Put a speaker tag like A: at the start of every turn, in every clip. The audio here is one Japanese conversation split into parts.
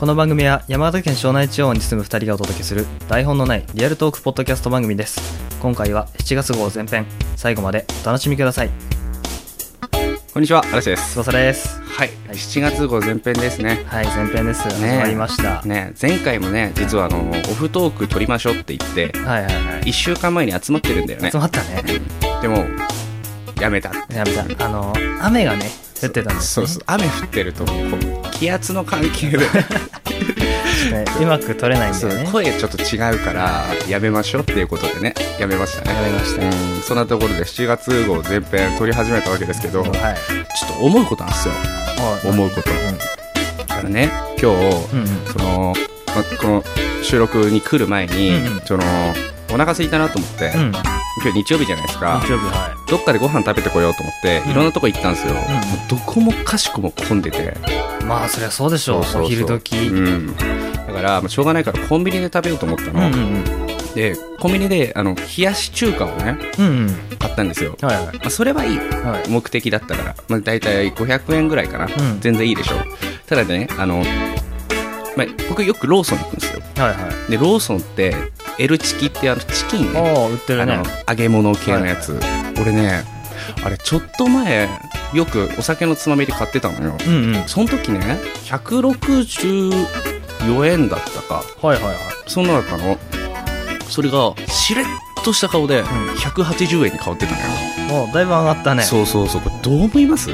A: この番組は山形県庄内地方に住む2人がお届けする台本のないリアルトークポッドキャスト番組です今回は7月号前編最後までお楽しみください
B: こんにちは、嵐です。
A: 翼です
B: はい、
A: はい
B: 7月号前編ですね。
A: はい前編です始まりました、
B: ね、前回もね、実はあの、オフトーク撮りましょうって言って、
A: はいはいは
B: 1週間前に集まってるんだよ
A: い
B: ね
A: 集。まったね
B: でも、やめた。
A: やめたあの雨がね降ってたんです
B: そう
A: ね
B: そう、雨降ってると、こう気圧の関係で、
A: ねうまく撮れないんだ
B: そう
A: よね
B: 声ちょっと違うから、やめましょうっていうことでね、やめましたね。
A: やめました
B: うん、そんなところで7月号前編撮り始めたわけですけど、ちょっ
A: はい
B: と思うことなんですよ。
A: もう
B: 思うこと。だからね、今日、
A: うんうん
B: その、ま、この収録に来る前に、
A: うんうん
B: そのお腹空いたなと思って、
A: うん
B: 今日日曜日じゃないですか
A: 日曜日は
B: どっかでご飯食べてこようと思って、
A: うん
B: いろんなとこ行ったんですよ、も
A: ん
B: うどこもかしこも混んでて
A: いまあそりゃそうでしょう
B: そうそうそう
A: お昼時
B: うんだからもうしょうがないからコンビニで食べようと思った
A: うん
B: の、
A: うんうん
B: でコンビニであの冷やし中華をね
A: うんうん
B: 買ったんですよ、
A: はいはい
B: まあ、それはいい
A: はい
B: 目的だったから、まあ、大体500円ぐらいかな、
A: ん
B: 全然いいでしょうただねあの、まあ、僕よくローソン行くんですよ
A: はいはい
B: でローソンって L チキってあのチキンね
A: ああ売ってる
B: あ
A: ね
B: の揚げ物系のやつ、俺ねあれちょっと前よくお酒のつまみで買ってたのよ
A: うんうんはい
B: その時ね164円だったか
A: はいはい
B: そんなだったのそれがしれっとした顔で180円に変わってたのよ、
A: もうだいぶ上がったね
B: そうそうそうこれどう思います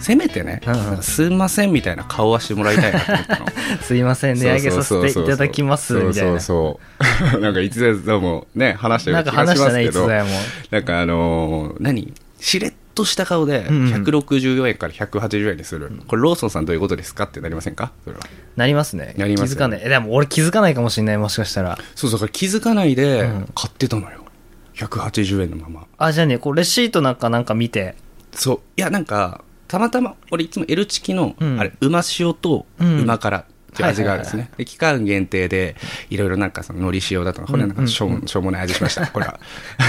B: せめてね、
A: うんうん
B: なんかすんませんみたいな顔はしてもらいたいなと思ったの
A: すいません値上げさせていただきますみたいな
B: そうそう そう。なんかいつだもね、話したよ
A: な
B: うんな
A: か話
B: 気が
A: し
B: しま
A: た
B: す
A: ね
B: け
A: いつ
B: ど、
A: だよもう
B: なんかあのー何しれっとした顔で
A: うんうん
B: 164円から180円にする。これローソンさんどういうことですかってなりませんかそれは。
A: なりますね
B: なります
A: 気づかないえでも俺気づかないかもしれないもしかしたら
B: そうそう、だから気づかないで
A: うん
B: 買ってたのよ。180円のまま。
A: あじゃあねこうレシートなんかなんか見て
B: そう。いや、なんか、たまたま、俺いつも L チキの、
A: うん
B: あれ、うま塩とう
A: うん
B: ま辛っていう味があるんです
A: は
B: ね。で、期間限定で、いろいろなんかその、海苔塩だとか、これはなんかしょう,、しょうもない味しました、こ れは。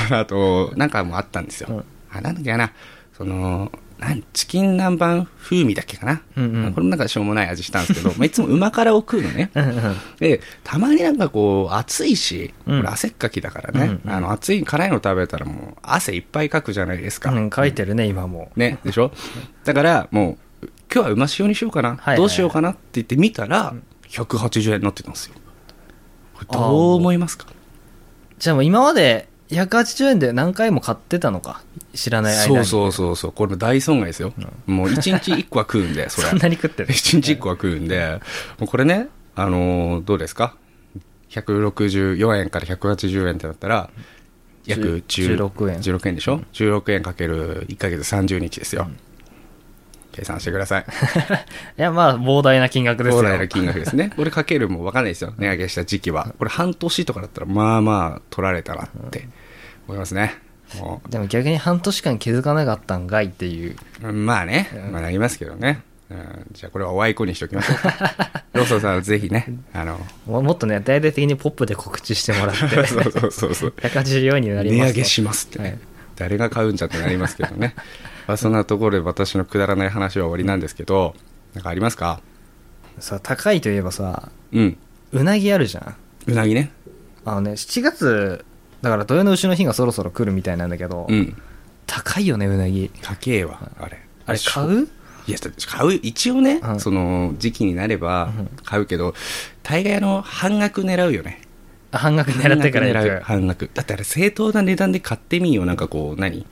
B: あと、なんかもあったんですよ。
A: うん
B: あ、なんだっけな、その、なんチキン南蛮風味だっけかな、
A: うんうん
B: これもなんかしょうもない味したんです けど、まあ、いつもうま辛を食うのね。で、たまになんかこう、暑いし、こ
A: うん
B: れ汗っかきだからね、
A: うんうん
B: あの、暑い辛いの食べたらもう、汗いっぱいかくじゃないですか。
A: うん書いてるね今も
B: ね、 でしょだからもう今日は馬塩にしようかな、
A: はい
B: どうしようかなって言って見たら180円になってたんですよこれ
A: あー
B: どう思いますか
A: じゃあもう今まで180円で何回も買ってたのか知らない間に
B: そうそうそうそうこれも大損害ですよ、もう1日1個は食うん でそれ
A: そんなに食って る
B: 1日1個は食うんでもうこれねあのーどうですか164円から180円ってなったら約10
A: 16円
B: 16円でしょ、16円かける1ヶ月30日ですよ、計算してください
A: いやまあ膨大な金額ですよ
B: 将来の金額です ね。これかけるもわかんないですよ。値上げした時期は。これ半年とかだったら、まあまあ取られたなって思いますね。も
A: でも逆に半年間気づかなかったんかいっていう
B: うまあね、まあなりますけどね。うん、じゃあこれはおあいこにしておきましょう か。ローソンさんはぜひね、あの、
A: ももっとね大々的にポップで告知してもらって
B: そうそうそうそう。
A: 184円になります
B: 値
A: と
B: 上げしますってね、
A: はい
B: 誰が買うんじゃってなりますけど ねまあそんなところで私のくだらない話は終わりなんですけどなんかありますか
A: さ高いといえばさ
B: うん
A: うなぎあるじゃん
B: うなぎね
A: あのね7月だから土用の丑の日がそろそろ来るみたいなんだけど、
B: うん
A: 高いよねうなぎ
B: 高えわあれ
A: あれ買う
B: いや、だって買う、一応ね、
A: うん
B: その時期になれば
A: うん
B: 買うけど、大概あの半額狙うよね。
A: あ半額 狙ってから
B: 半額狙
A: 行
B: う
A: く
B: 半額。だってあれ正当な値段で買ってみよう。なんかこう、何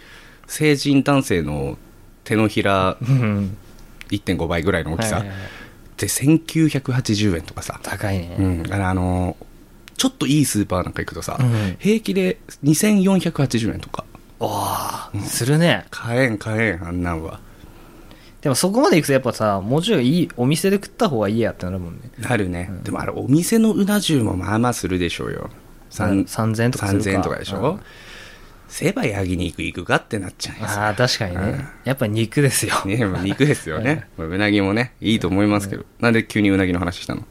B: 成人男性の手のひら
A: うん
B: 1.5倍ぐらいの大きさ。
A: はいはいはい
B: で、1980円とかさ。
A: 高いうね、
B: ん。だからあの、ちょっといいスーパーなんか行くとさ、
A: うん
B: 平気で2480円とか。
A: おーするね
B: 買えん買えん、あんなんは。
A: でもそこまで行くとやっぱさもうちょいいいお店で食った方がいいやってなるもんね
B: なるね、でもあれお店のうな重もまあまあするでしょうよさん
A: 3000円とかするか
B: 3000円とかでしょ、セバヤギ肉行くかってなっちゃうんですよ
A: ああ確かにね、
B: うん
A: やっぱ肉ですよ
B: ねまあ肉ですよね、まあうなぎもねいいと思いますけど、なんで急にうなぎの話したの
A: い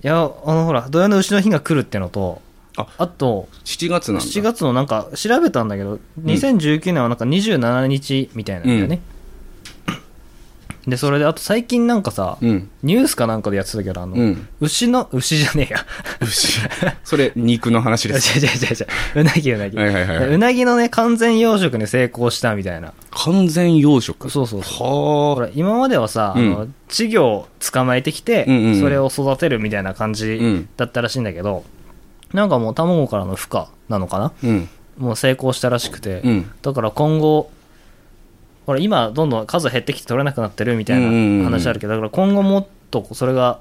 A: やあのほら土用の丑の日が来るってのと
B: あ
A: あと
B: 7月なんだ
A: 7月のなんか調べたんだけど2019年はなんか27日みたいなんだよね、でそれであと最近なんかさ、
B: うん
A: ニュースかなんかでやってたけどあの、
B: うん
A: 牛の牛じゃねえや
B: 牛それ肉の話
A: 違う
B: です
A: 違う違う違ううなぎうなぎ、
B: はいはいはいはいう
A: なぎのね完全養殖に成功したみたいな
B: 完全養殖
A: そうそうそうほ
B: はあ
A: ら今まではさ、
B: うん
A: あの稚魚を捕まえてきて、
B: うんうん
A: それを育てるみたいな感
B: う
A: じ
B: ん
A: だったらしいんだけど、なんかもう卵からの孵化なのかな
B: うん
A: もう成功したらしくて、
B: うん
A: だから今後ほら今どんどん数減ってきて取れなくなってるみたい
B: うんうんうん
A: な話あるけど、だから今後もっとそれが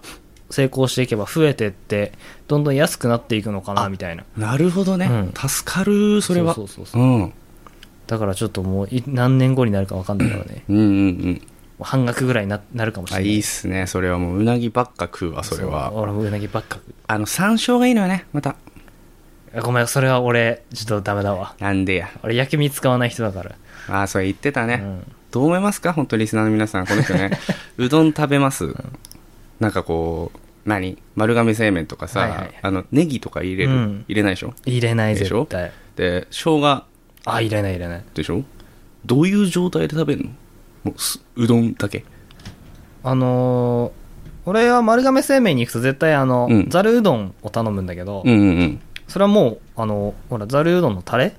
A: 成功していけば増えてってどんどん安くなっていくのかなみたいな
B: なるほどね、
A: うん
B: 助かるそれは
A: そうそうそうそう
B: うんうん
A: だからちょっともうい何年後になるか分かんないからね、 も
B: うんうん
A: う半額ぐらいにななるかもしれ
B: あ
A: ない
B: いいっすねそれはもううなぎばっか食うわそれ
A: そう
B: は
A: 俺もうなぎばっか
B: あの山椒がいいのよねまた
A: ごめんそれは俺ちょっとダメだわ
B: なんでや
A: 俺薬味使わない人だから
B: ああそれ言ってたね、
A: うん
B: どう思いますか本当リスナーの皆さんこの人 ねうどん食べます、なんかこう何丸亀製麺とかさ、
A: はいはい
B: あのネギとか入れる、
A: うん
B: 入れないでしょ
A: 入れない
B: でしょ
A: 絶対
B: で生姜
A: あ入れない入れない
B: でしょどういう状態で食べるのもうすうどんだけ
A: あのー俺は丸亀製麺に行くと絶対あの、
B: うん
A: ざるうどんを頼むんだけど、
B: うんうんうん
A: それはもうあのほらざるうどんのタレ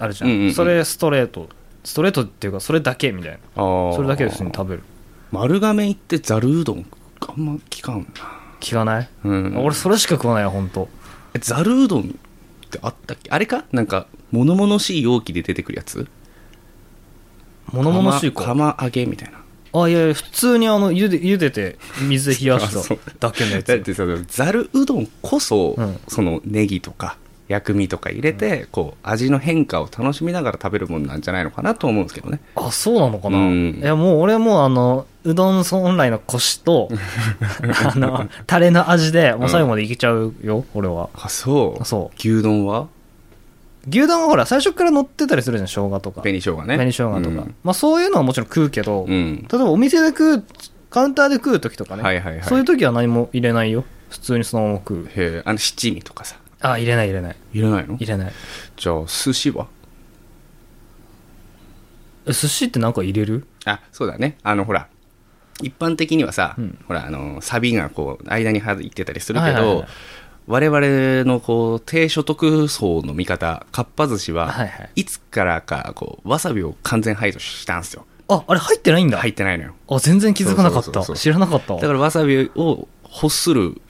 A: あるじゃん,、
B: うんうんうん
A: それストレートストレートっていうかそれだけみたいな
B: あー
A: それだけですね食べる
B: 丸亀行ってざるうどんあんま聞かん
A: 聞かない、
B: なうん
A: 俺それしか食わないよ本当
B: えざるうどんってあったっけあれかなんか物々しい容器で出てくるやつ
A: 物々しいか
B: 釜釜揚げみたいな
A: あいやいや普通にあの茹で茹でて水で冷や
B: あ
A: し
B: そう
A: ただけのや
B: だ
A: つ
B: ってさざるうどんこそ、
A: うん
B: そのネギとか薬味とか入れて、こう味の変化を楽しみながら食べるもんなんじゃないのかなと思うんですけどね
A: あそうなのかな、
B: うん
A: いやもう俺もうあのうどん本来のコシ とあのタレの味でもう最後までいけちゃうよ、俺は
B: あそう
A: あそう
B: 牛丼は
A: 牛丼はほら最初から乗ってたりするじゃん生姜とか
B: 紅生姜ね
A: 紅生姜とか、まあ、そういうのはもちろん食うけど、
B: うん、うん
A: 例えばお店で食うカウンターで食う時とかね、
B: はいはいはい
A: そういう時は何も入れないよ普通にそのまま食う
B: へえあの七味とかさ
A: あ入れない入れない
B: いらないの
A: 入れない
B: じゃあ寿司は
A: え寿司ってなんか入れる
B: あそうだねあのほら一般的にはさ、
A: うん
B: ほらあのサビがこう間に入ってたりするけど、
A: はいはいはい
B: 我々のこう低所得層の味方かっぱ寿司は、
A: はいはい
B: いつからかこうわさびを完全排除したんですよ
A: ああれ入ってないんだ、
B: 入ってないのよ
A: あ全然気づかなかった
B: そうそうそうそう
A: 知らなかったわ
B: だからわさびを欲する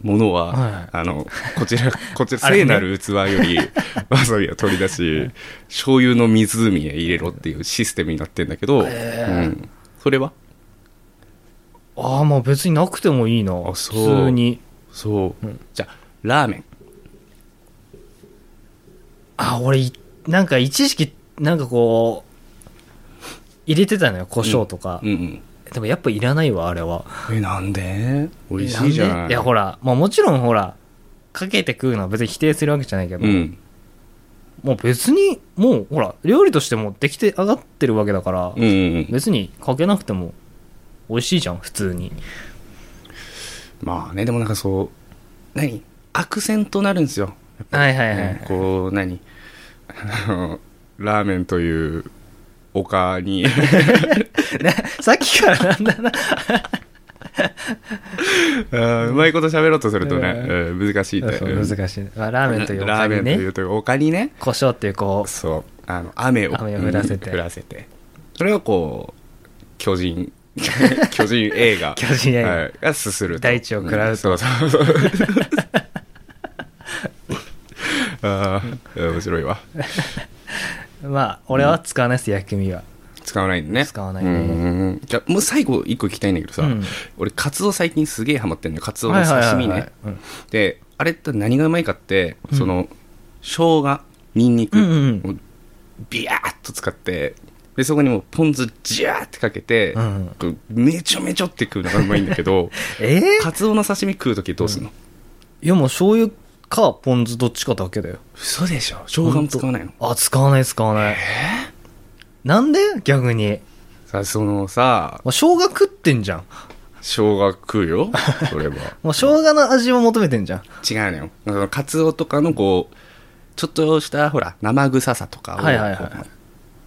B: もの
A: は
B: は、
A: いはい
B: あのこ ちらこちら
A: あれね
B: 聖なる器より わさびを取り出し醤油の湖へ入れろっていうシステムになってんだけ
A: へ
B: ど、う
A: ー
B: ん、それは
A: ああまあ別になくてもいいな
B: あ
A: 普
B: そう
A: 通に
B: そう、
A: うん
B: じゃあラーメン
A: あ俺いなんか一時期なんかこう入れてたのよ胡椒とか、
B: うんうん
A: でもやっぱいらないわあれは
B: えなんで美味しいじゃ
A: ん
B: な
A: で
B: い
A: いやほら、まあ、もちろんほらかけて食うのは別に否定するわけじゃないけど、
B: うん
A: もう別にもうほら料理としてもできて上がってるわけだから、
B: うんうんうん
A: 別にかけなくても美味しいじゃん普通に
B: まあねでもなんかそう何アクセントになるんですよ
A: はいはいはい、
B: ねこう何あのラーメンという 丘に
A: ねさっきからなんだな
B: あーうまいこと喋ろうとするとね、
A: うん
B: うん難しいんだよね
A: 難しい、まあ、ラーメンという
B: ラ
A: 他
B: ーメ
A: に
B: ンとい
A: ね
B: うと丘にね
A: 胡椒っていうこう
B: そうあの雨を
A: 雨を降らせて
B: うん降らせてそれをこう 巨人巨人映画
A: 巨人映画
B: はいがすすると
A: 大地を食らうと
B: んそ うそうあー面白いわ
A: まあ俺は使わないです薬味は
B: 使わないんだね
A: 使わないね
B: うんじゃあもう最後一個聞きたいんだけどさ、
A: うん
B: 俺カツオ最近すげえハマってんのよカツオの刺身ね、
A: はいはいはいはいうん
B: であれって何がうまいかって、
A: うん
B: その生姜にんにく
A: うんうんう
B: をビヤーッと使ってでそこにもうポン酢ジャーってかけて、
A: うんうん
B: こうめちょめちょって食うのがうまいんだけど
A: えー、
B: カツオの刺身食う時どうすんの、
A: いやもう醤油かポン酢どっちかだけだよ
B: 嘘でしょ生姜も使わないの
A: あ使わない使わないなんで逆に、
B: さそのさ
A: まあ、生姜食ってんじゃん、
B: 生姜食うよそれは
A: まあ、生姜の味を求めてんじゃん
B: 違うのよそのカツオとかのこうちょっとしたほら生臭さとかを
A: はいはいはい
B: こう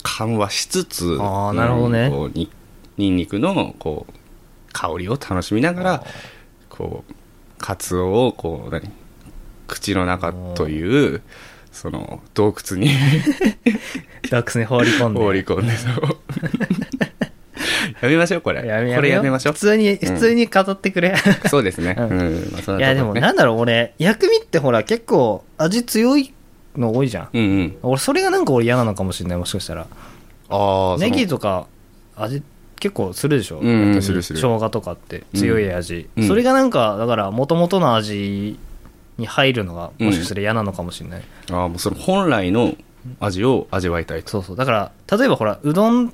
B: 緩和しつつ
A: あーなるほどね
B: うんこうにニンニクのこう香りを楽しみながらこうカツオをこう何口の中というその洞窟に
A: ダックスに放り込んで
B: 放り込んでそうやめましょうこれこれやめましょう
A: 普通に普通に飾ってくれ、
B: そうですね、う
A: うん
B: んまあそん
A: い
B: な
A: やで
B: とこ
A: も
B: ね
A: なんだろう俺薬味ってほら結構味強いの多いじゃん
B: うんうん
A: 俺それがなんか俺嫌なのかもしれないもしかしたら
B: ああ
A: ネギとか味結構するでしょ、
B: うんうん
A: 本当に
B: するする
A: 生姜とかって強い味、
B: うん
A: それがなんかだから元々の味に入るのがもしかしたら嫌なのかもしれない、
B: あーもうその本来の味を味わいたいと
A: そうそうだから例えばほらうどん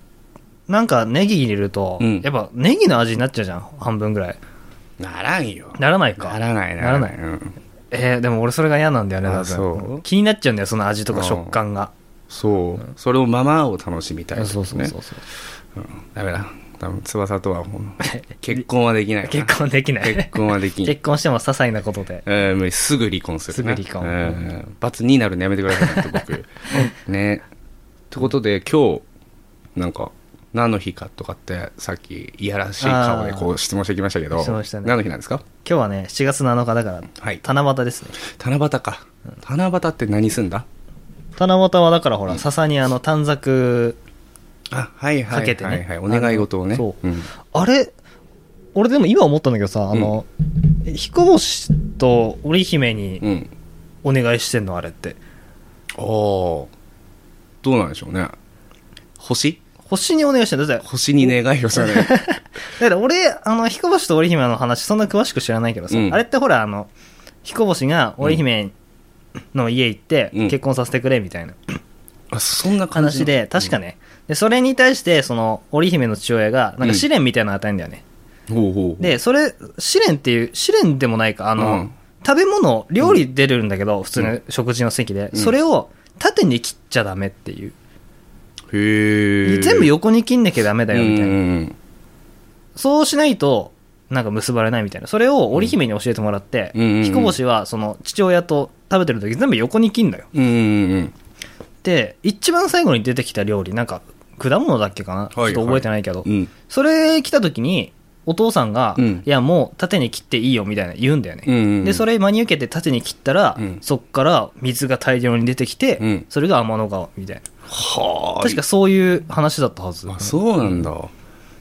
A: なんかネギ入れると、
B: うん
A: やっぱネギの味になっちゃうじゃん半分ぐらい
B: ならんよ
A: ならないか
B: ならない
A: ならない
B: うん
A: えー、でも俺それが嫌なんだよね
B: あ
A: 多
B: そう
A: 分気になっちゃうんだよその味と
B: う
A: か
B: ん
A: 食感が、
B: そう、それをままを楽しみたい、ね、
A: そうそうそうそう
B: ダメだ多分翼とはほ ん結婚はできないな
A: 結婚できない
B: 結婚はできん
A: 結婚しても些細なことで
B: えー無理すぐ離婚するな
A: すぐ離婚
B: うん罰になるのやめてくださいね僕 ねってことで今日なんか何の日かとかってさっきいやらしい顔でこう質問してきましたけど
A: 質問したね
B: 何の日なんですか
A: 今日はね7月7日だから
B: はい
A: 七夕ですね
B: 七夕か七夕って何すんだ
A: 七夕はだからほら笹にあの短冊
B: あはいはい
A: かけてね、
B: はいはいお願い事をね
A: あのそう、
B: ん
A: あれ俺でも今思ったんだけどさあの、彦星と織姫
B: う
A: に
B: ん
A: お願いしてんのあれって
B: ああどうなんでしょうね星
A: 星にお願いしてんのだって
B: 星に願いを するね
A: だから俺、あの、彦星と織姫の話、そんな詳しく知らないけどさ、
B: うん
A: あれってほら、あの、彦星が織姫の家行って、
B: うん
A: 結婚させてくれ、みたいな
B: あそんな感じ
A: 話で、確かね、で、それに対して、その、織姫の父親が、なんか試練みたいなの与えんだよね。
B: ほうほうほう
A: で、それ、試練っていう、試練でもないか、あの、
B: うん
A: 食べ物、料理出るんだけど、普通の食事の席で、
B: うん
A: それを縦に切っちゃダメっていう。
B: へえ
A: 全部横に切んなきゃダメだよ、みたいな。
B: うんうんうん
A: そうしないと、なんか結ばれないみたいな。それを織姫に教えてもらって、
B: うんうんうんうん
A: 彦星はその父親と食べてる時全部横に切んだよ。
B: うんうんうん
A: で、一番最後に出てきた料理、なんか果物だっけかな、
B: いはい
A: ちょっと覚えてないけど、
B: うん
A: それ来た時に、お父さんが、
B: うん
A: いやもう縦に切っていいよみたいな言うんだよね。
B: うんうん
A: で、それ真に受けて縦に切ったら、
B: うん
A: そっから水が大量に出てきて、
B: うん
A: それが天の川みたいな。
B: はあ
A: 確かそういう話だったはず。
B: あそうなんだ、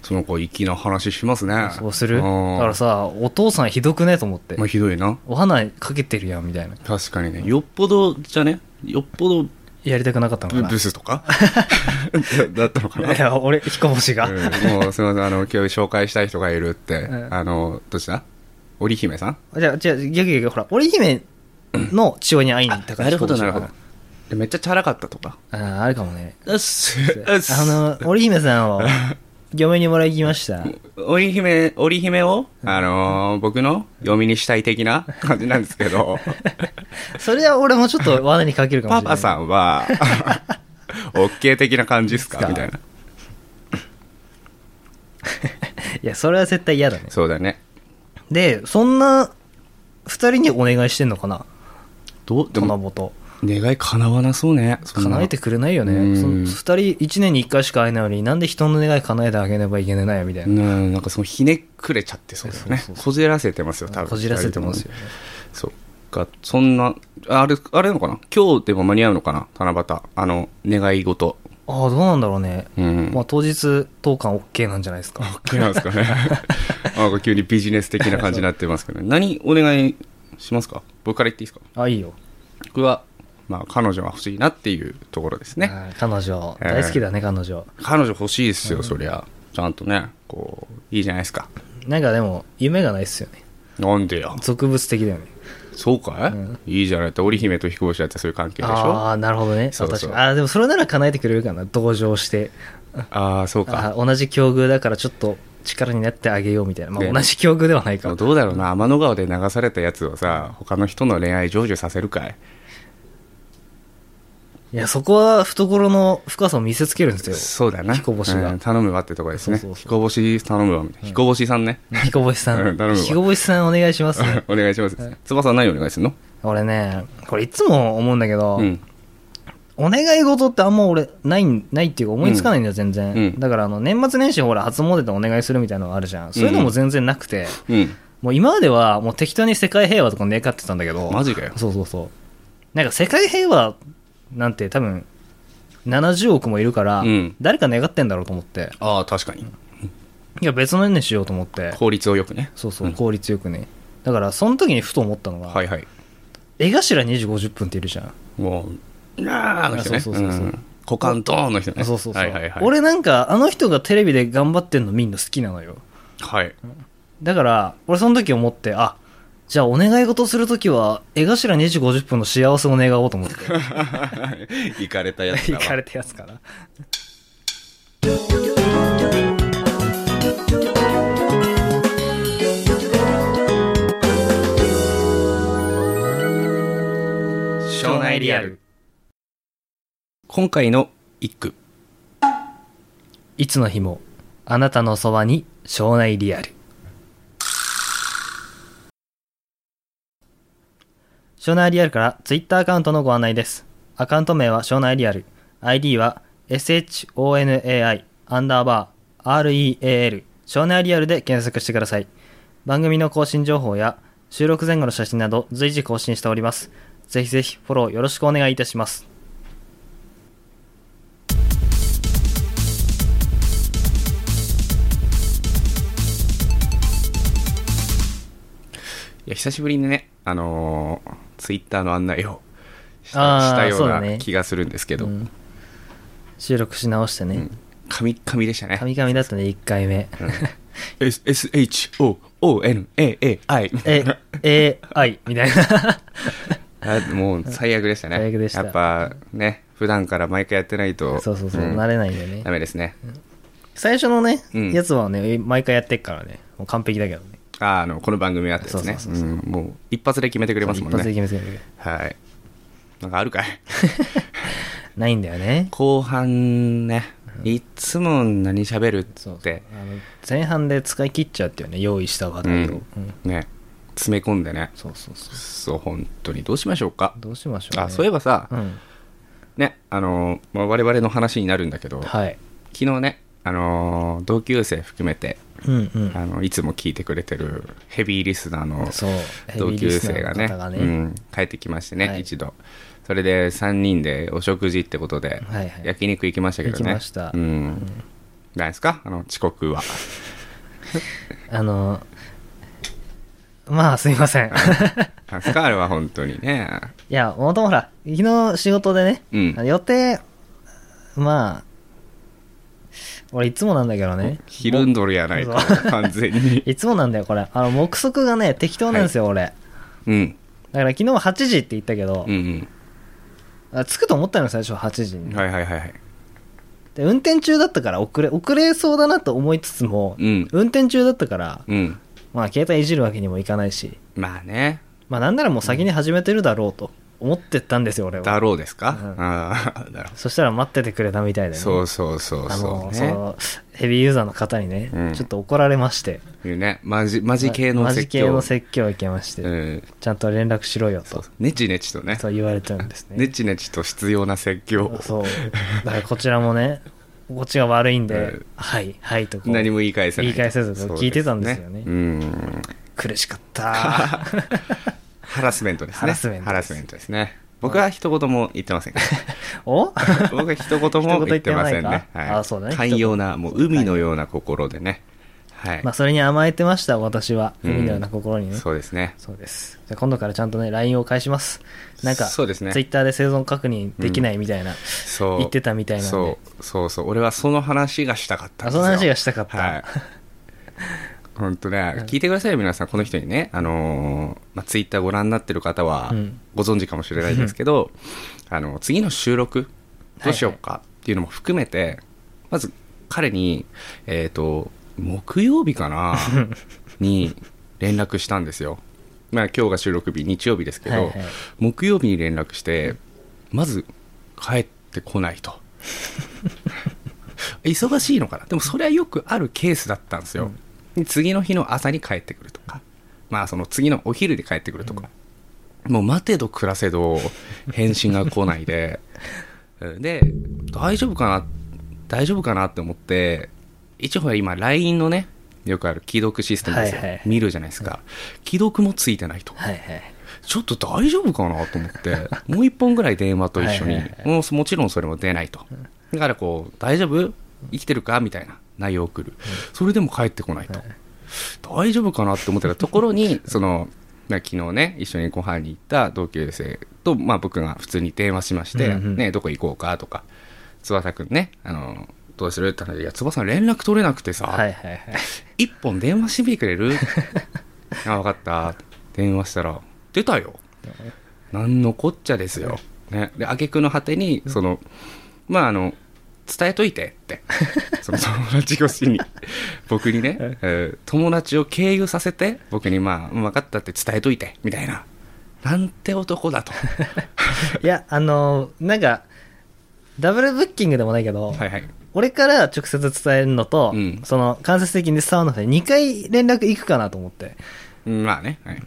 B: その子粋な話しますね
A: そうするだ
B: ああ
A: からさ、お父さんひどくねと思って
B: まあ。ひどいな
A: お花かけてるやんみたいな
B: 確かにねよっぽどじゃねよっぽど
A: やりたくなかったの
B: ブ
A: かな
B: ブスとか だったのかない
A: や俺彦星が、
B: うんもうすみません、あの、今日紹介したい人がいる って、
A: うん
B: あの、どっちだ織姫さん
A: じゃあじゃあ逆逆ほら織姫の父親に会いに行ったから
B: ど。めっちゃチャラかったとか。
A: あーあるかもね
B: うっす、うっす。
A: あの織姫さ んを嫁にもらいきました
B: 織姫、織姫を、あのー僕の嫁にしたい的な感じなんですけ ど、
A: それは俺もちょっと罠にかけるかもし
B: パ
A: れない
B: パさん は、オッケー的な感じっすかみたいな。
A: いやそれは絶対嫌だね
B: そうだね。
A: でそんな二人にお願いしてんのかな
B: どう、で
A: 七
B: も、
A: 夕
B: 願い叶わなそうね。そんな
A: 叶えてくれないよ
B: うん
A: ねその二人一年に一回しか会えないのになんで人の願い叶えてあげねばいけないのみたいな
B: うん、なんかそのひねくれちゃってそうだよね。
A: そうそう
B: こじらせてますよ、多分。
A: こじらせてますよね
B: そうか、そんな、あれ、あれなのかな今日でも間に合うのかな七夕。あの、願い事。
A: ああ、どうなんだろうね。
B: うん。
A: まあ、当日、当館 OK なんじゃないですか。
B: OK なんですか ね。なんか急にビジネス的な感じになってますけどね。何お願いしますか僕から言っていいですか
A: あ、いいよ。
B: 僕は、まあ、彼女が欲しいなっていうところですね。
A: あー彼女、
B: えー
A: 大好きだね、彼女。
B: 彼女欲しいですよ、そりゃ。ちゃんとね、こう、いいじゃないですか。
A: なんかでも、夢がないっすよね。
B: なんでよ。
A: 俗物的だよね。
B: そうかい、いいじゃないって、織姫と彦星だってそういう関係でしょ
A: あ
B: あ
A: あ、なるほどね。
B: そうそう
A: 確かにああ、でもそれなら叶えてくれるかな。同情して。
B: あー、そうか。
A: あー同じ境遇だからちょっと力になってあげようみたいな。まあ、
B: ね
A: 同じ境遇ではない
B: でも
A: か。
B: どうだろうな天の川で流されたやつをさ他の人の恋愛成就させるかい
A: いや、そこは懐の深さを見せつけるんです
B: そうだな
A: 彦星が
B: うん頼むわってとこですね
A: そうそうそう
B: 彦星頼むわみたいな彦星さんね、
A: よ。彦星さ
B: うん
A: ん
B: 頼む。わ
A: 彦星さんお願いします。
B: お願いします、翼は何お願いするの
A: 俺ね、これいつも思うんだけど、
B: うん
A: お願い事ってあんま俺、ないん、ないっていうか思いつかないんだよ、全然。
B: うん
A: だから、あの、年末年始ほら、初詣でお願いするみたいなのあるじゃん。そういうのも全然なくて、
B: うん。
A: もう今までは、もう適当に世界平和とか願ってたんだけど、
B: マジかよ。
A: そうそうそう。なんか世界平和なんて多分、70億もいるから、
B: うん
A: 誰か願ってんだろうと思って、
B: ああ、確かに。
A: いや、別のにしようと思って、
B: 効率をよくね。
A: そうそうう、
B: ん
A: 効率よくね。だから、その時にふと思ったのが、
B: はいはい。
A: 江頭2時50分っているじゃん。
B: もう、なあ、あの人ね。
A: そうそうそうそうん
B: 股間とーンの人ね。
A: そうそうそう。
B: はいはいはい。
A: 俺なんか、あの人がテレビで頑張ってんの見んの好きなのよ。
B: はい。
A: だから、俺その時思って、あ、じゃあお願い事する時は、江頭2時50分の幸せを願おうと 思って。
B: 行かれたやつだ
A: 行
B: わ。
A: かれたやつから。
B: 庄内リアル。今回の一句。
A: いつの日も、あなたのそばに、庄内リアル。庄内リアルからツイッターアカウントのご案内です。アカウント名は庄内リアル。ID は shonai アンダーバー real 庄内リアルで検索してください。番組の更新情報や収録前後の写真など随時更新しております。ぜひぜひフォローよろしくお願いいたします。
B: いや、久しぶりにね、あのー、ツイッターの案内をした
A: あー
B: したよ
A: そううだ
B: な
A: ね
B: 気がするんですけど、
A: うん収録し直してね。
B: 神々でしたね。
A: 神々だったね、1回目。
B: S- SHOONAAI。
A: え、え、い、みたいな。
B: あもう最悪でしたね。
A: 最悪でした
B: やっぱね、普段から毎回やってないと、
A: そうそうそう、
B: ん
A: 慣れないんだよね
B: ダ。メですね。
A: 最初のね、
B: うん
A: やつはね、毎回やってっからね、もう完璧だけどね。
B: あーあの、この番組はってですね。
A: そうそうそうそ
B: うんもう一発で決めてくれますもん
A: 一発で
B: ね。
A: 決めてる
B: はい。なんかあるかい
A: ないんだよね。
B: 後半ね、いつも何喋るっ
A: そうそう
B: て、
A: あの前半で使い切っちゃうっていうね、用意した話題を。
B: うん
A: うん
B: ね、詰め込んでね。
A: そうそうそう。
B: そう、本当に。どうしましょうか。
A: どうしましょう、ね。
B: あ、そういえばさ、
A: うん。
B: ね、あのー、まあ、我々の話になるんだけど、
A: はい。
B: 昨日ね、あのー、同級生含めて、
A: うんうん。
B: あのいつも聞いてくれてるヘビーリスナーの
A: そう、ヘビ
B: 同
A: ーリ
B: 級
A: スナ
B: 生
A: ー
B: が
A: の
B: ね
A: 方がね。
B: うん、帰ってきましてね、
A: はい
B: 一度それで3人でお食事ってことで
A: はいはい
B: 焼肉行きましたけどね、
A: 行きました
B: うんないですかあの遅刻は
A: あの、まあすいません。
B: なんですかあれは本当にね
A: いや、もともとほら、昨日仕事でね、
B: うん
A: あの予定、まあ、俺いつもなんだけどね。
B: ひるんどるやないか完全に
A: いつもなんだよ、これ。あの、目測がね、適当なんですよ、俺。だ
B: うん
A: から昨日は8時って言ったけど
B: う、ん
A: あ着くと思ったのよ、最初8時
B: うん
A: に。
B: はいはいはいはい
A: で、運転中だったから遅れ、遅れそうだなと思いつつも、
B: うん
A: 運転中だったから、
B: うん
A: まあ、携帯いじるわけにもいかないし、
B: まあね
A: まあ、なんならもう先に始めてるだろうと思ってたんですよ、俺
B: だ
A: は。
B: ろうですか、
A: うん
B: あ あなるほど
A: そしたら待っててくれたみたいでね。
B: そうそうそう
A: あ
B: そ
A: の
B: う
A: そ
B: ね
A: のヘビーユーザーの方にね、
B: うん
A: ちょっと怒られまして
B: いうねマジマジ系の
A: マ
B: 説
A: ジ
B: 教
A: 系の説教を受けまして、
B: うん
A: ちゃんと連絡しろよ
B: そう
A: と
B: そうネチネチとね
A: そう言われちゃうんですね
B: ネチネチと必要な説教
A: そうだからこちらもねこっちが悪いんで、
B: うん
A: はいはいとこう
B: 何も言い返せない
A: 言い返せずこう聞いてたんですよね
B: そうですうん
A: 苦しかった
B: ハラスメントですね
A: ハラスメントです
B: ハラスメントですね僕は一言も言って ません
A: お
B: 僕は一言も言ってま
A: 一言言ってな
B: せんね
A: いか
B: はい
A: あそうだね
B: 寛容なもう海のような心でねはい、
A: まあそれに甘えてました私は
B: うん
A: 海のような心にね、
B: そうですね
A: そうですじゃあ今度からちゃんとね LINE を返しますなんか
B: そうですね
A: ツイッターで生存確認できないみたいな、
B: そう
A: 言ってたみたいなんで
B: そうそうそう俺はその話がしたかったんですよ
A: あその話がしたかった
B: はい本当ね、聞いてくださいよ皆さんこの人にねあのーまあ、ツイッターご覧になってる方は
A: うん
B: ご存知かもしれないですけど、あの次の収録どうしようかっていうのも含めて、まず彼にえっ、と木曜日 かなに連絡したんですよまあ今日が収録日日曜日ですけど、
A: はいはい
B: 木曜日に連絡してまず帰ってこない と忙しいのかなでもそれはよくあるケースだったんですよ、で次の日の朝に帰ってくるとかまあその次のお昼で帰ってくるとか、もう待てど暮らせど返信が来ないで うんで、大丈夫かな大丈夫かなって思って、一応ほら今 LINE のね、よくある既読システムですよ。
A: はいはい
B: 見るじゃないですか。既読もついてないと。
A: はいはい。
B: ちょっと大丈夫かなと思って、もう一本ぐらい電話と一緒に、
A: はいはい
B: もうもちろんそれも出ないと。だからこう、大丈夫生きてるかみたいな内容を送る。それでも帰ってこないと。大丈夫かなって思ってた ところに、その、まあ昨日ね、一緒にご飯に行った同級生と、まあ僕が普通に電話しまし
A: う
B: て、
A: んうん
B: ね、どこ行こうかとか、翼くんね、あの、どうするって話で、いや、翼連絡取れなくてさ、
A: はいはいはい。
B: 一本電話してみてく れるあ、分かった。電話したら、出たよ。なんのこっちゃですよ。ね。で、挙句の果てに、その、まあ、あの、伝えといて って。その友達越しに、僕にね、えー友達を経由させて、僕にまあ、分かったって伝えといて、みたいな。なんて男だ と。
A: いや、あのーなんか、ダブルブッキングでもないけど、
B: はいはい。
A: 俺から直接伝えるのと、
B: うん
A: その間接的に伝わるので2回連絡行くかなと思って。
B: うんまあね。はい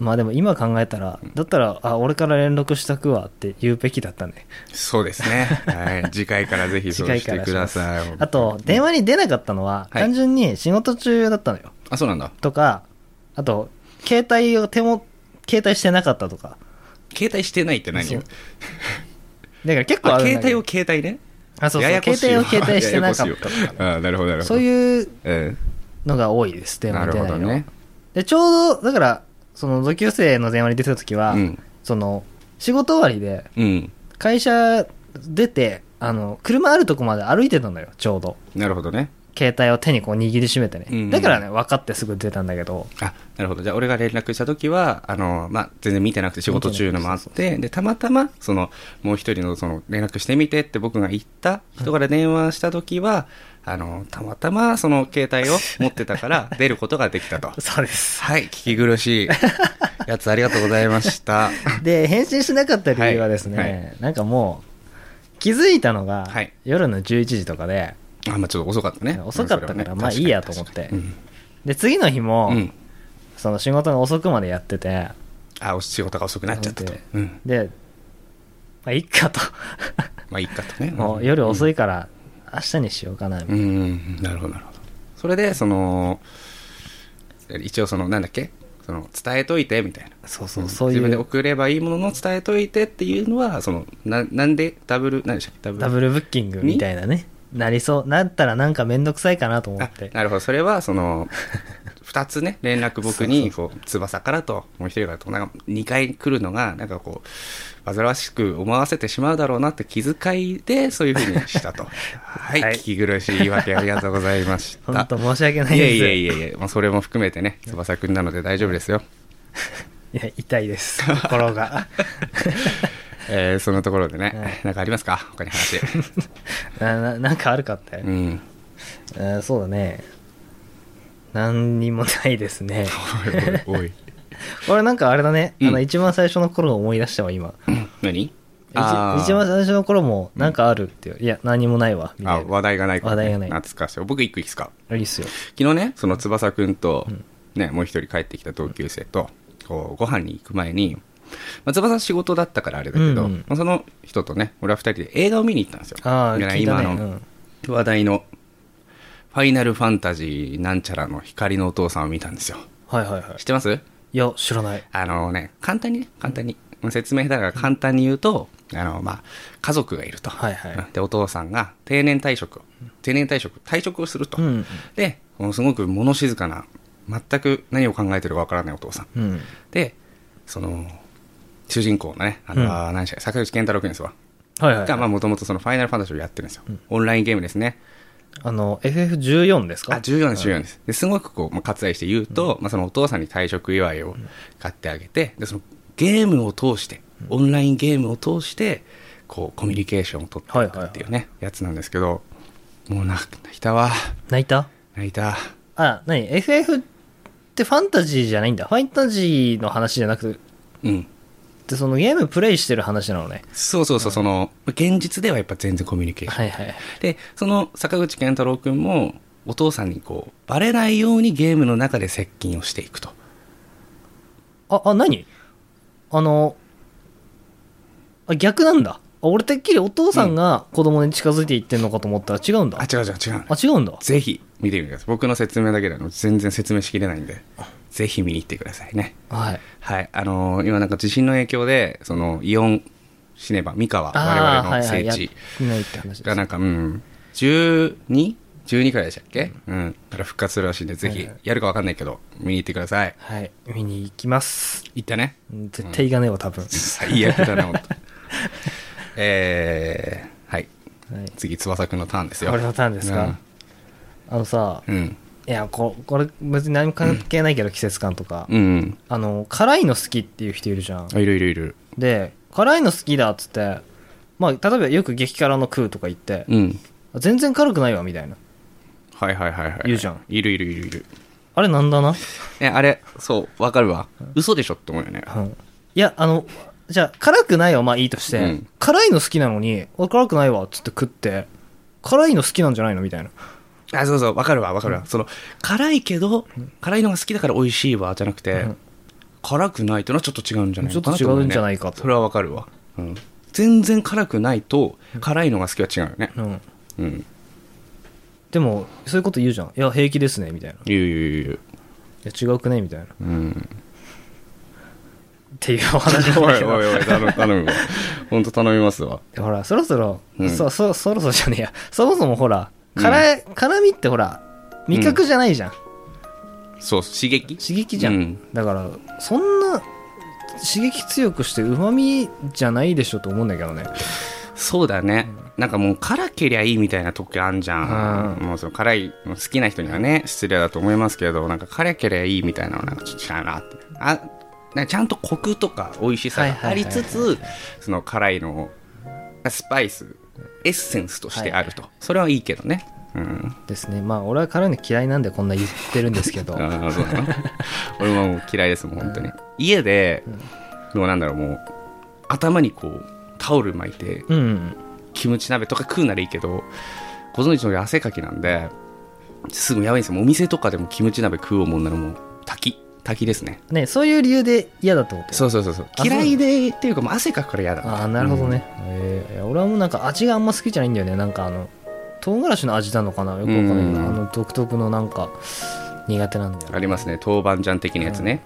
A: まあでも今考えたら、だったら、あ、俺から連絡したくわって言うべきだったね。
B: そうですね。はい。次回からぜひそうしてください。
A: あと、電話に出なかったのは、
B: はい
A: 単純に仕事中だったのよ。
B: あ、そうなんだ。
A: とか、あと、携帯を手も、携帯してなかったとか。
B: 携帯してないって何
A: そ
B: よ
A: うだから結構
B: あ
A: あるんだ
B: 携
A: け
B: 帯
A: ど
B: を携帯ね。
A: あ、そうそう
B: ややこしい
A: 携
B: わ
A: 帯を携帯してなかったと
B: ややこしいわあなるほど、なるほ
A: か。そ
B: ど。
A: う
B: う。
A: いう
B: え
A: のが多いです、電話
B: な
A: に
B: る
A: 出
B: ほ
A: ない
B: ど
A: のは
B: ね。
A: で、ちょうど、だから、その同級生の電話に出てた時は、
B: うん
A: その、仕事終わりで、
B: うん。
A: 会社出て、あの、車あるとこまで歩いてたのよ、ちょうど。
B: なるほどね。
A: 携帯を手にこう握りしめてね。
B: うんうん
A: だからね、分かってすぐ出たんだけど、
B: あ、なるほど。じゃあ、俺が連絡した時は、あの、まあ、全然見てなくて仕事中のもあって、で、たまたま、その、もう一人の、その、連絡してみてって僕が言った人から電話した時は、あの、たまたま、その、携帯を持ってた から、出ることができたと。
A: そうです。
B: はい、聞き苦しい。やつありがとうございました。
A: で、返信しなかった理由はですね、
B: はいは
A: なんかもう、気づいたのが、
B: はい
A: 夜の11時とかで、
B: あ、まあ、ちょっと遅かったね。
A: 遅かったから
B: うんそれはね
A: まあいいやと思って
B: 確かに確か
A: で、次の日も、
B: にうん。うん
A: その仕事が遅くまでやってて、
B: あ、お仕事が遅くなっちゃったと
A: なの。で
B: うん。
A: で、まあ、いっかと。
B: まあ、いいかとね。
A: もう夜遅いから、明日にしようかな、みたい
B: うん。うん、なるほど、なるほど。それで、その、一応その、なんだっけその、伝えといて、みたいな。
A: な。そうそう、そうい
B: 自分で
A: う、
B: 送ればいいものの伝えといてっていうのは、その、ななんで、ダブル、何でしたっけダブル。
A: ダブルブッキングみたいなね。なりそう。なったらなんかめんどくさいかなと思
B: あ
A: って。
B: なるほど、それは、その、 二つね、連絡僕に、こう、翼からと、もう一人からと、なんか、二回来るのが、なんかこう、煩わしく思わせてしまうだろうなって気遣いで、そういうふうにし たと。はい、
A: はい
B: 聞き苦しい言い訳ありがとうございました。
A: 本当申し訳ない
B: いや
A: です。
B: いやいやいや、まあ、それも含めてね、翼くんなので大丈夫ですよ。
A: いや、痛いです。心 が。
B: えー、そのところでね、
A: はい
B: なんかありますか他 に話。
A: なななんかあるかって、
B: うん。
A: うんそうだね。何にもないですね。
B: おいおいおい。
A: 俺なんかあれだね。あ
B: う
A: の、
B: ん
A: 一番最初の頃を思い出したわ、今。
B: 何
A: 一一番最初の頃も、なんかあるっていう。いや、何もないわ、みた
B: あ
A: いな。
B: 話題がないから、ね。
A: 話題がない
B: 懐かしい。僕一個いいですか
A: いいっすよ。
B: 昨日ねその翼くんと、ね、もう一人帰ってきた同級生とこうご飯に行く前に、まあ、翼仕事だったからあれだけど、
A: うんうん
B: まあその人とね俺は二人で映画を見に行ったんですよ
A: ああ、
B: だから
A: 聞いたね。
B: 今の、
A: うん
B: 話題の「ファイナルファンタジーなんちゃらの光のお父さん」を見たんですよ
A: はいはいはい
B: 知っ。てます
A: いや、知らない。
B: あのね簡単にね簡単に説明だから簡単に言うと、あのまあ、家族がいると、
A: はいはい
B: でお父さんが定年退職を定年退職退職をすると、
A: うん。
B: で、このすごく物静かな、全く何を考えてるかわからないお父さん。
A: うん。
B: で、その、主人公のね、あの、
A: うん
B: あー何でしたっけ坂口健太郎君ですわ。
A: はいはい。
B: が、まあ、もともとそのファイナルファンタジーをやってるんですよ。オンラインゲームですね。
A: あの、FF14 です
B: あ、
A: か
B: 14です、14です。ですごくこう、まあ、割愛して言うと、まあ、そのお父さんに退職祝いを買ってあげて、で、そのゲームを通して、オンラインゲームを通して、こう、コミュニケーションを取っていくっていうね、やつなんですけど、もうな泣いたわ。
A: 泣いた
B: 泣いた。
A: あ、なに ?FF ってファンタジーじゃないんだ。ファンタジーの話じゃなく
B: うん。
A: て、そのゲームプレイしてる話なのね。
B: そうそうそう、その、現実ではやっぱ全然コミュニケーション。
A: はいはい。
B: で、その坂口健太郎くんも、お父さんにこう、バレないようにゲームの中で接近をしていくと。
A: あ、あ、何あの、あ、逆なんだ。俺てっきりお父さんが子供に近づいていってんのかと思ったら違うんだ。
B: あ、違う違う違うの。
A: あ、違うんだ。
B: ぜひ見てみてください。僕の説明だけでは全然説明しきれないんで、ぜひ見に行ってくださいね。
A: はい。
B: はい。あのー今なんか地震の影響で、その、イオンシネバ、三河、我
A: あー
B: 々の聖地。
A: はいはいやってないって話で
B: が
A: す。
B: なんか、うん、12?12 12くらいでしたっけうん。だから復活するらしいんで、ぜ
A: はい
B: ひ
A: はい、
B: やるかわかんないけど、見に行ってください。
A: はい。見に行きます。
B: 行ったね。
A: うん絶対行かねえわ、多分。
B: 最悪だ な、本当えー、はい。
A: はい。
B: 次、翼くんのターンですよ。
A: 俺のターンですか、あのさ、
B: うん。うん。
A: いやこ、これ別に何も関係ないけど、季節感とか。
B: うん。
A: あの、辛いの好きっていう人いるじゃん。
B: あいるいるいる。
A: で、辛いの好きだっつって、まあ、例えばよく激辛の食うとか言って、
B: うん。
A: 全然辛くないわ、みたいな。
B: はいはいはいはい。
A: 言うじゃん。
B: いるいるいるいる。
A: あれなんだな、
B: え、あれ、そう、わかるわ。嘘でしょって思うよね。
A: うん、いや、あの、じゃあ、辛くないはまあいいとして、
B: うん
A: 辛いの好きなのに、あ辛くないわ、っつって食って、辛いの好きなんじゃないのみたいな。
B: あ、そうそう、わかるわ、わかるわ。その、辛いけど、辛いのが好きだから美味しいわ、じゃなくて、
A: うん
B: 辛くないというのはちょっと違うんじゃないのかな
A: ちょっと違うんじゃないかと
B: 思うねそれはわかるわ。うん。全然辛くないと、辛いのが好きは違うよね。
A: うん。
B: うん。
A: でも、そういうこと言うじゃん。いや、平気ですね、みたいな。い
B: 言う言う言う
A: や、違うくねみたいな。っ
B: 言う。うん。
A: ていうお話なん
B: お
A: だ
B: い
A: けど
B: おいおい、頼む、頼むわ。ほんと頼みますわ。
A: でほら、そろそろ、
B: うん
A: そ、そ、そろそろじゃねえや。そもそもほら、辛い、辛みってほら、味覚じゃないじゃん。
B: そう、刺激
A: 刺激じゃん。
B: うん
A: だから、そんな、刺激強くして旨味じゃないでしょと思うんだけどね。
B: そうだね。なんかもう辛けりゃいいみたいな時あんじゃん。
A: うん
B: もうその辛いの好きな人にはね、失礼だと思いますけど、なんか辛けりゃいいみたいなのなんかちょっと違うなって。あ、なんかちゃんとコクとか美味しさがありつ
A: はいは
B: つ、その辛いのを、スパイス、エッセンスとしてあると。それはいいけどね。うん。
A: ですね。まあ、俺は辛いの嫌いなんでこんな言ってるんですけど。はい
B: ああ、そうだな。俺はもう嫌いですもん、本当に。家で、もうなんだろう、もう、頭にこう、タオル巻いて、
A: うんうん。
B: キムチ鍋とか食うならいいけどご存知のように汗かきなんですぐやばいんですよもうお店とかでもキムチ鍋食うもんならもう滝滝ですね
A: ね、そういう理由で嫌だってこと
B: そうそうそうそう
A: あそう
B: 嫌いでっていうかもう汗かくから嫌だ
A: ああ、なるほどね。えーいや俺はもうなんか味があんま好きじゃないんだよね。なんかあの、唐辛子の味なのかなよくわかんないけど、
B: うん
A: あの独特のなんか、苦手なんだよ
B: うんあ
A: ね。
B: りますね豆板醤的なやつね、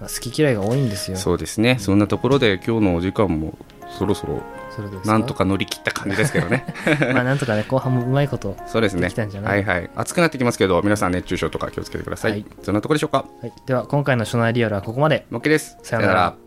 A: 好き嫌いが多いんですよ。
B: そうですねそんなところで今日のお時間もそろそろ
A: それでです
B: なんとか乗り切った感じですけどね
A: まあなんとかね、後半もうまいこと。
B: そうです
A: で
B: ね
A: きたんじゃな
B: はいいはい暑くなってきますけど皆さん熱中症とか気をつけてください、
A: はい
B: そんなところでしょうか
A: はい、では今回の「ショナイリアル」はここまで。
B: モッケです
A: さようなら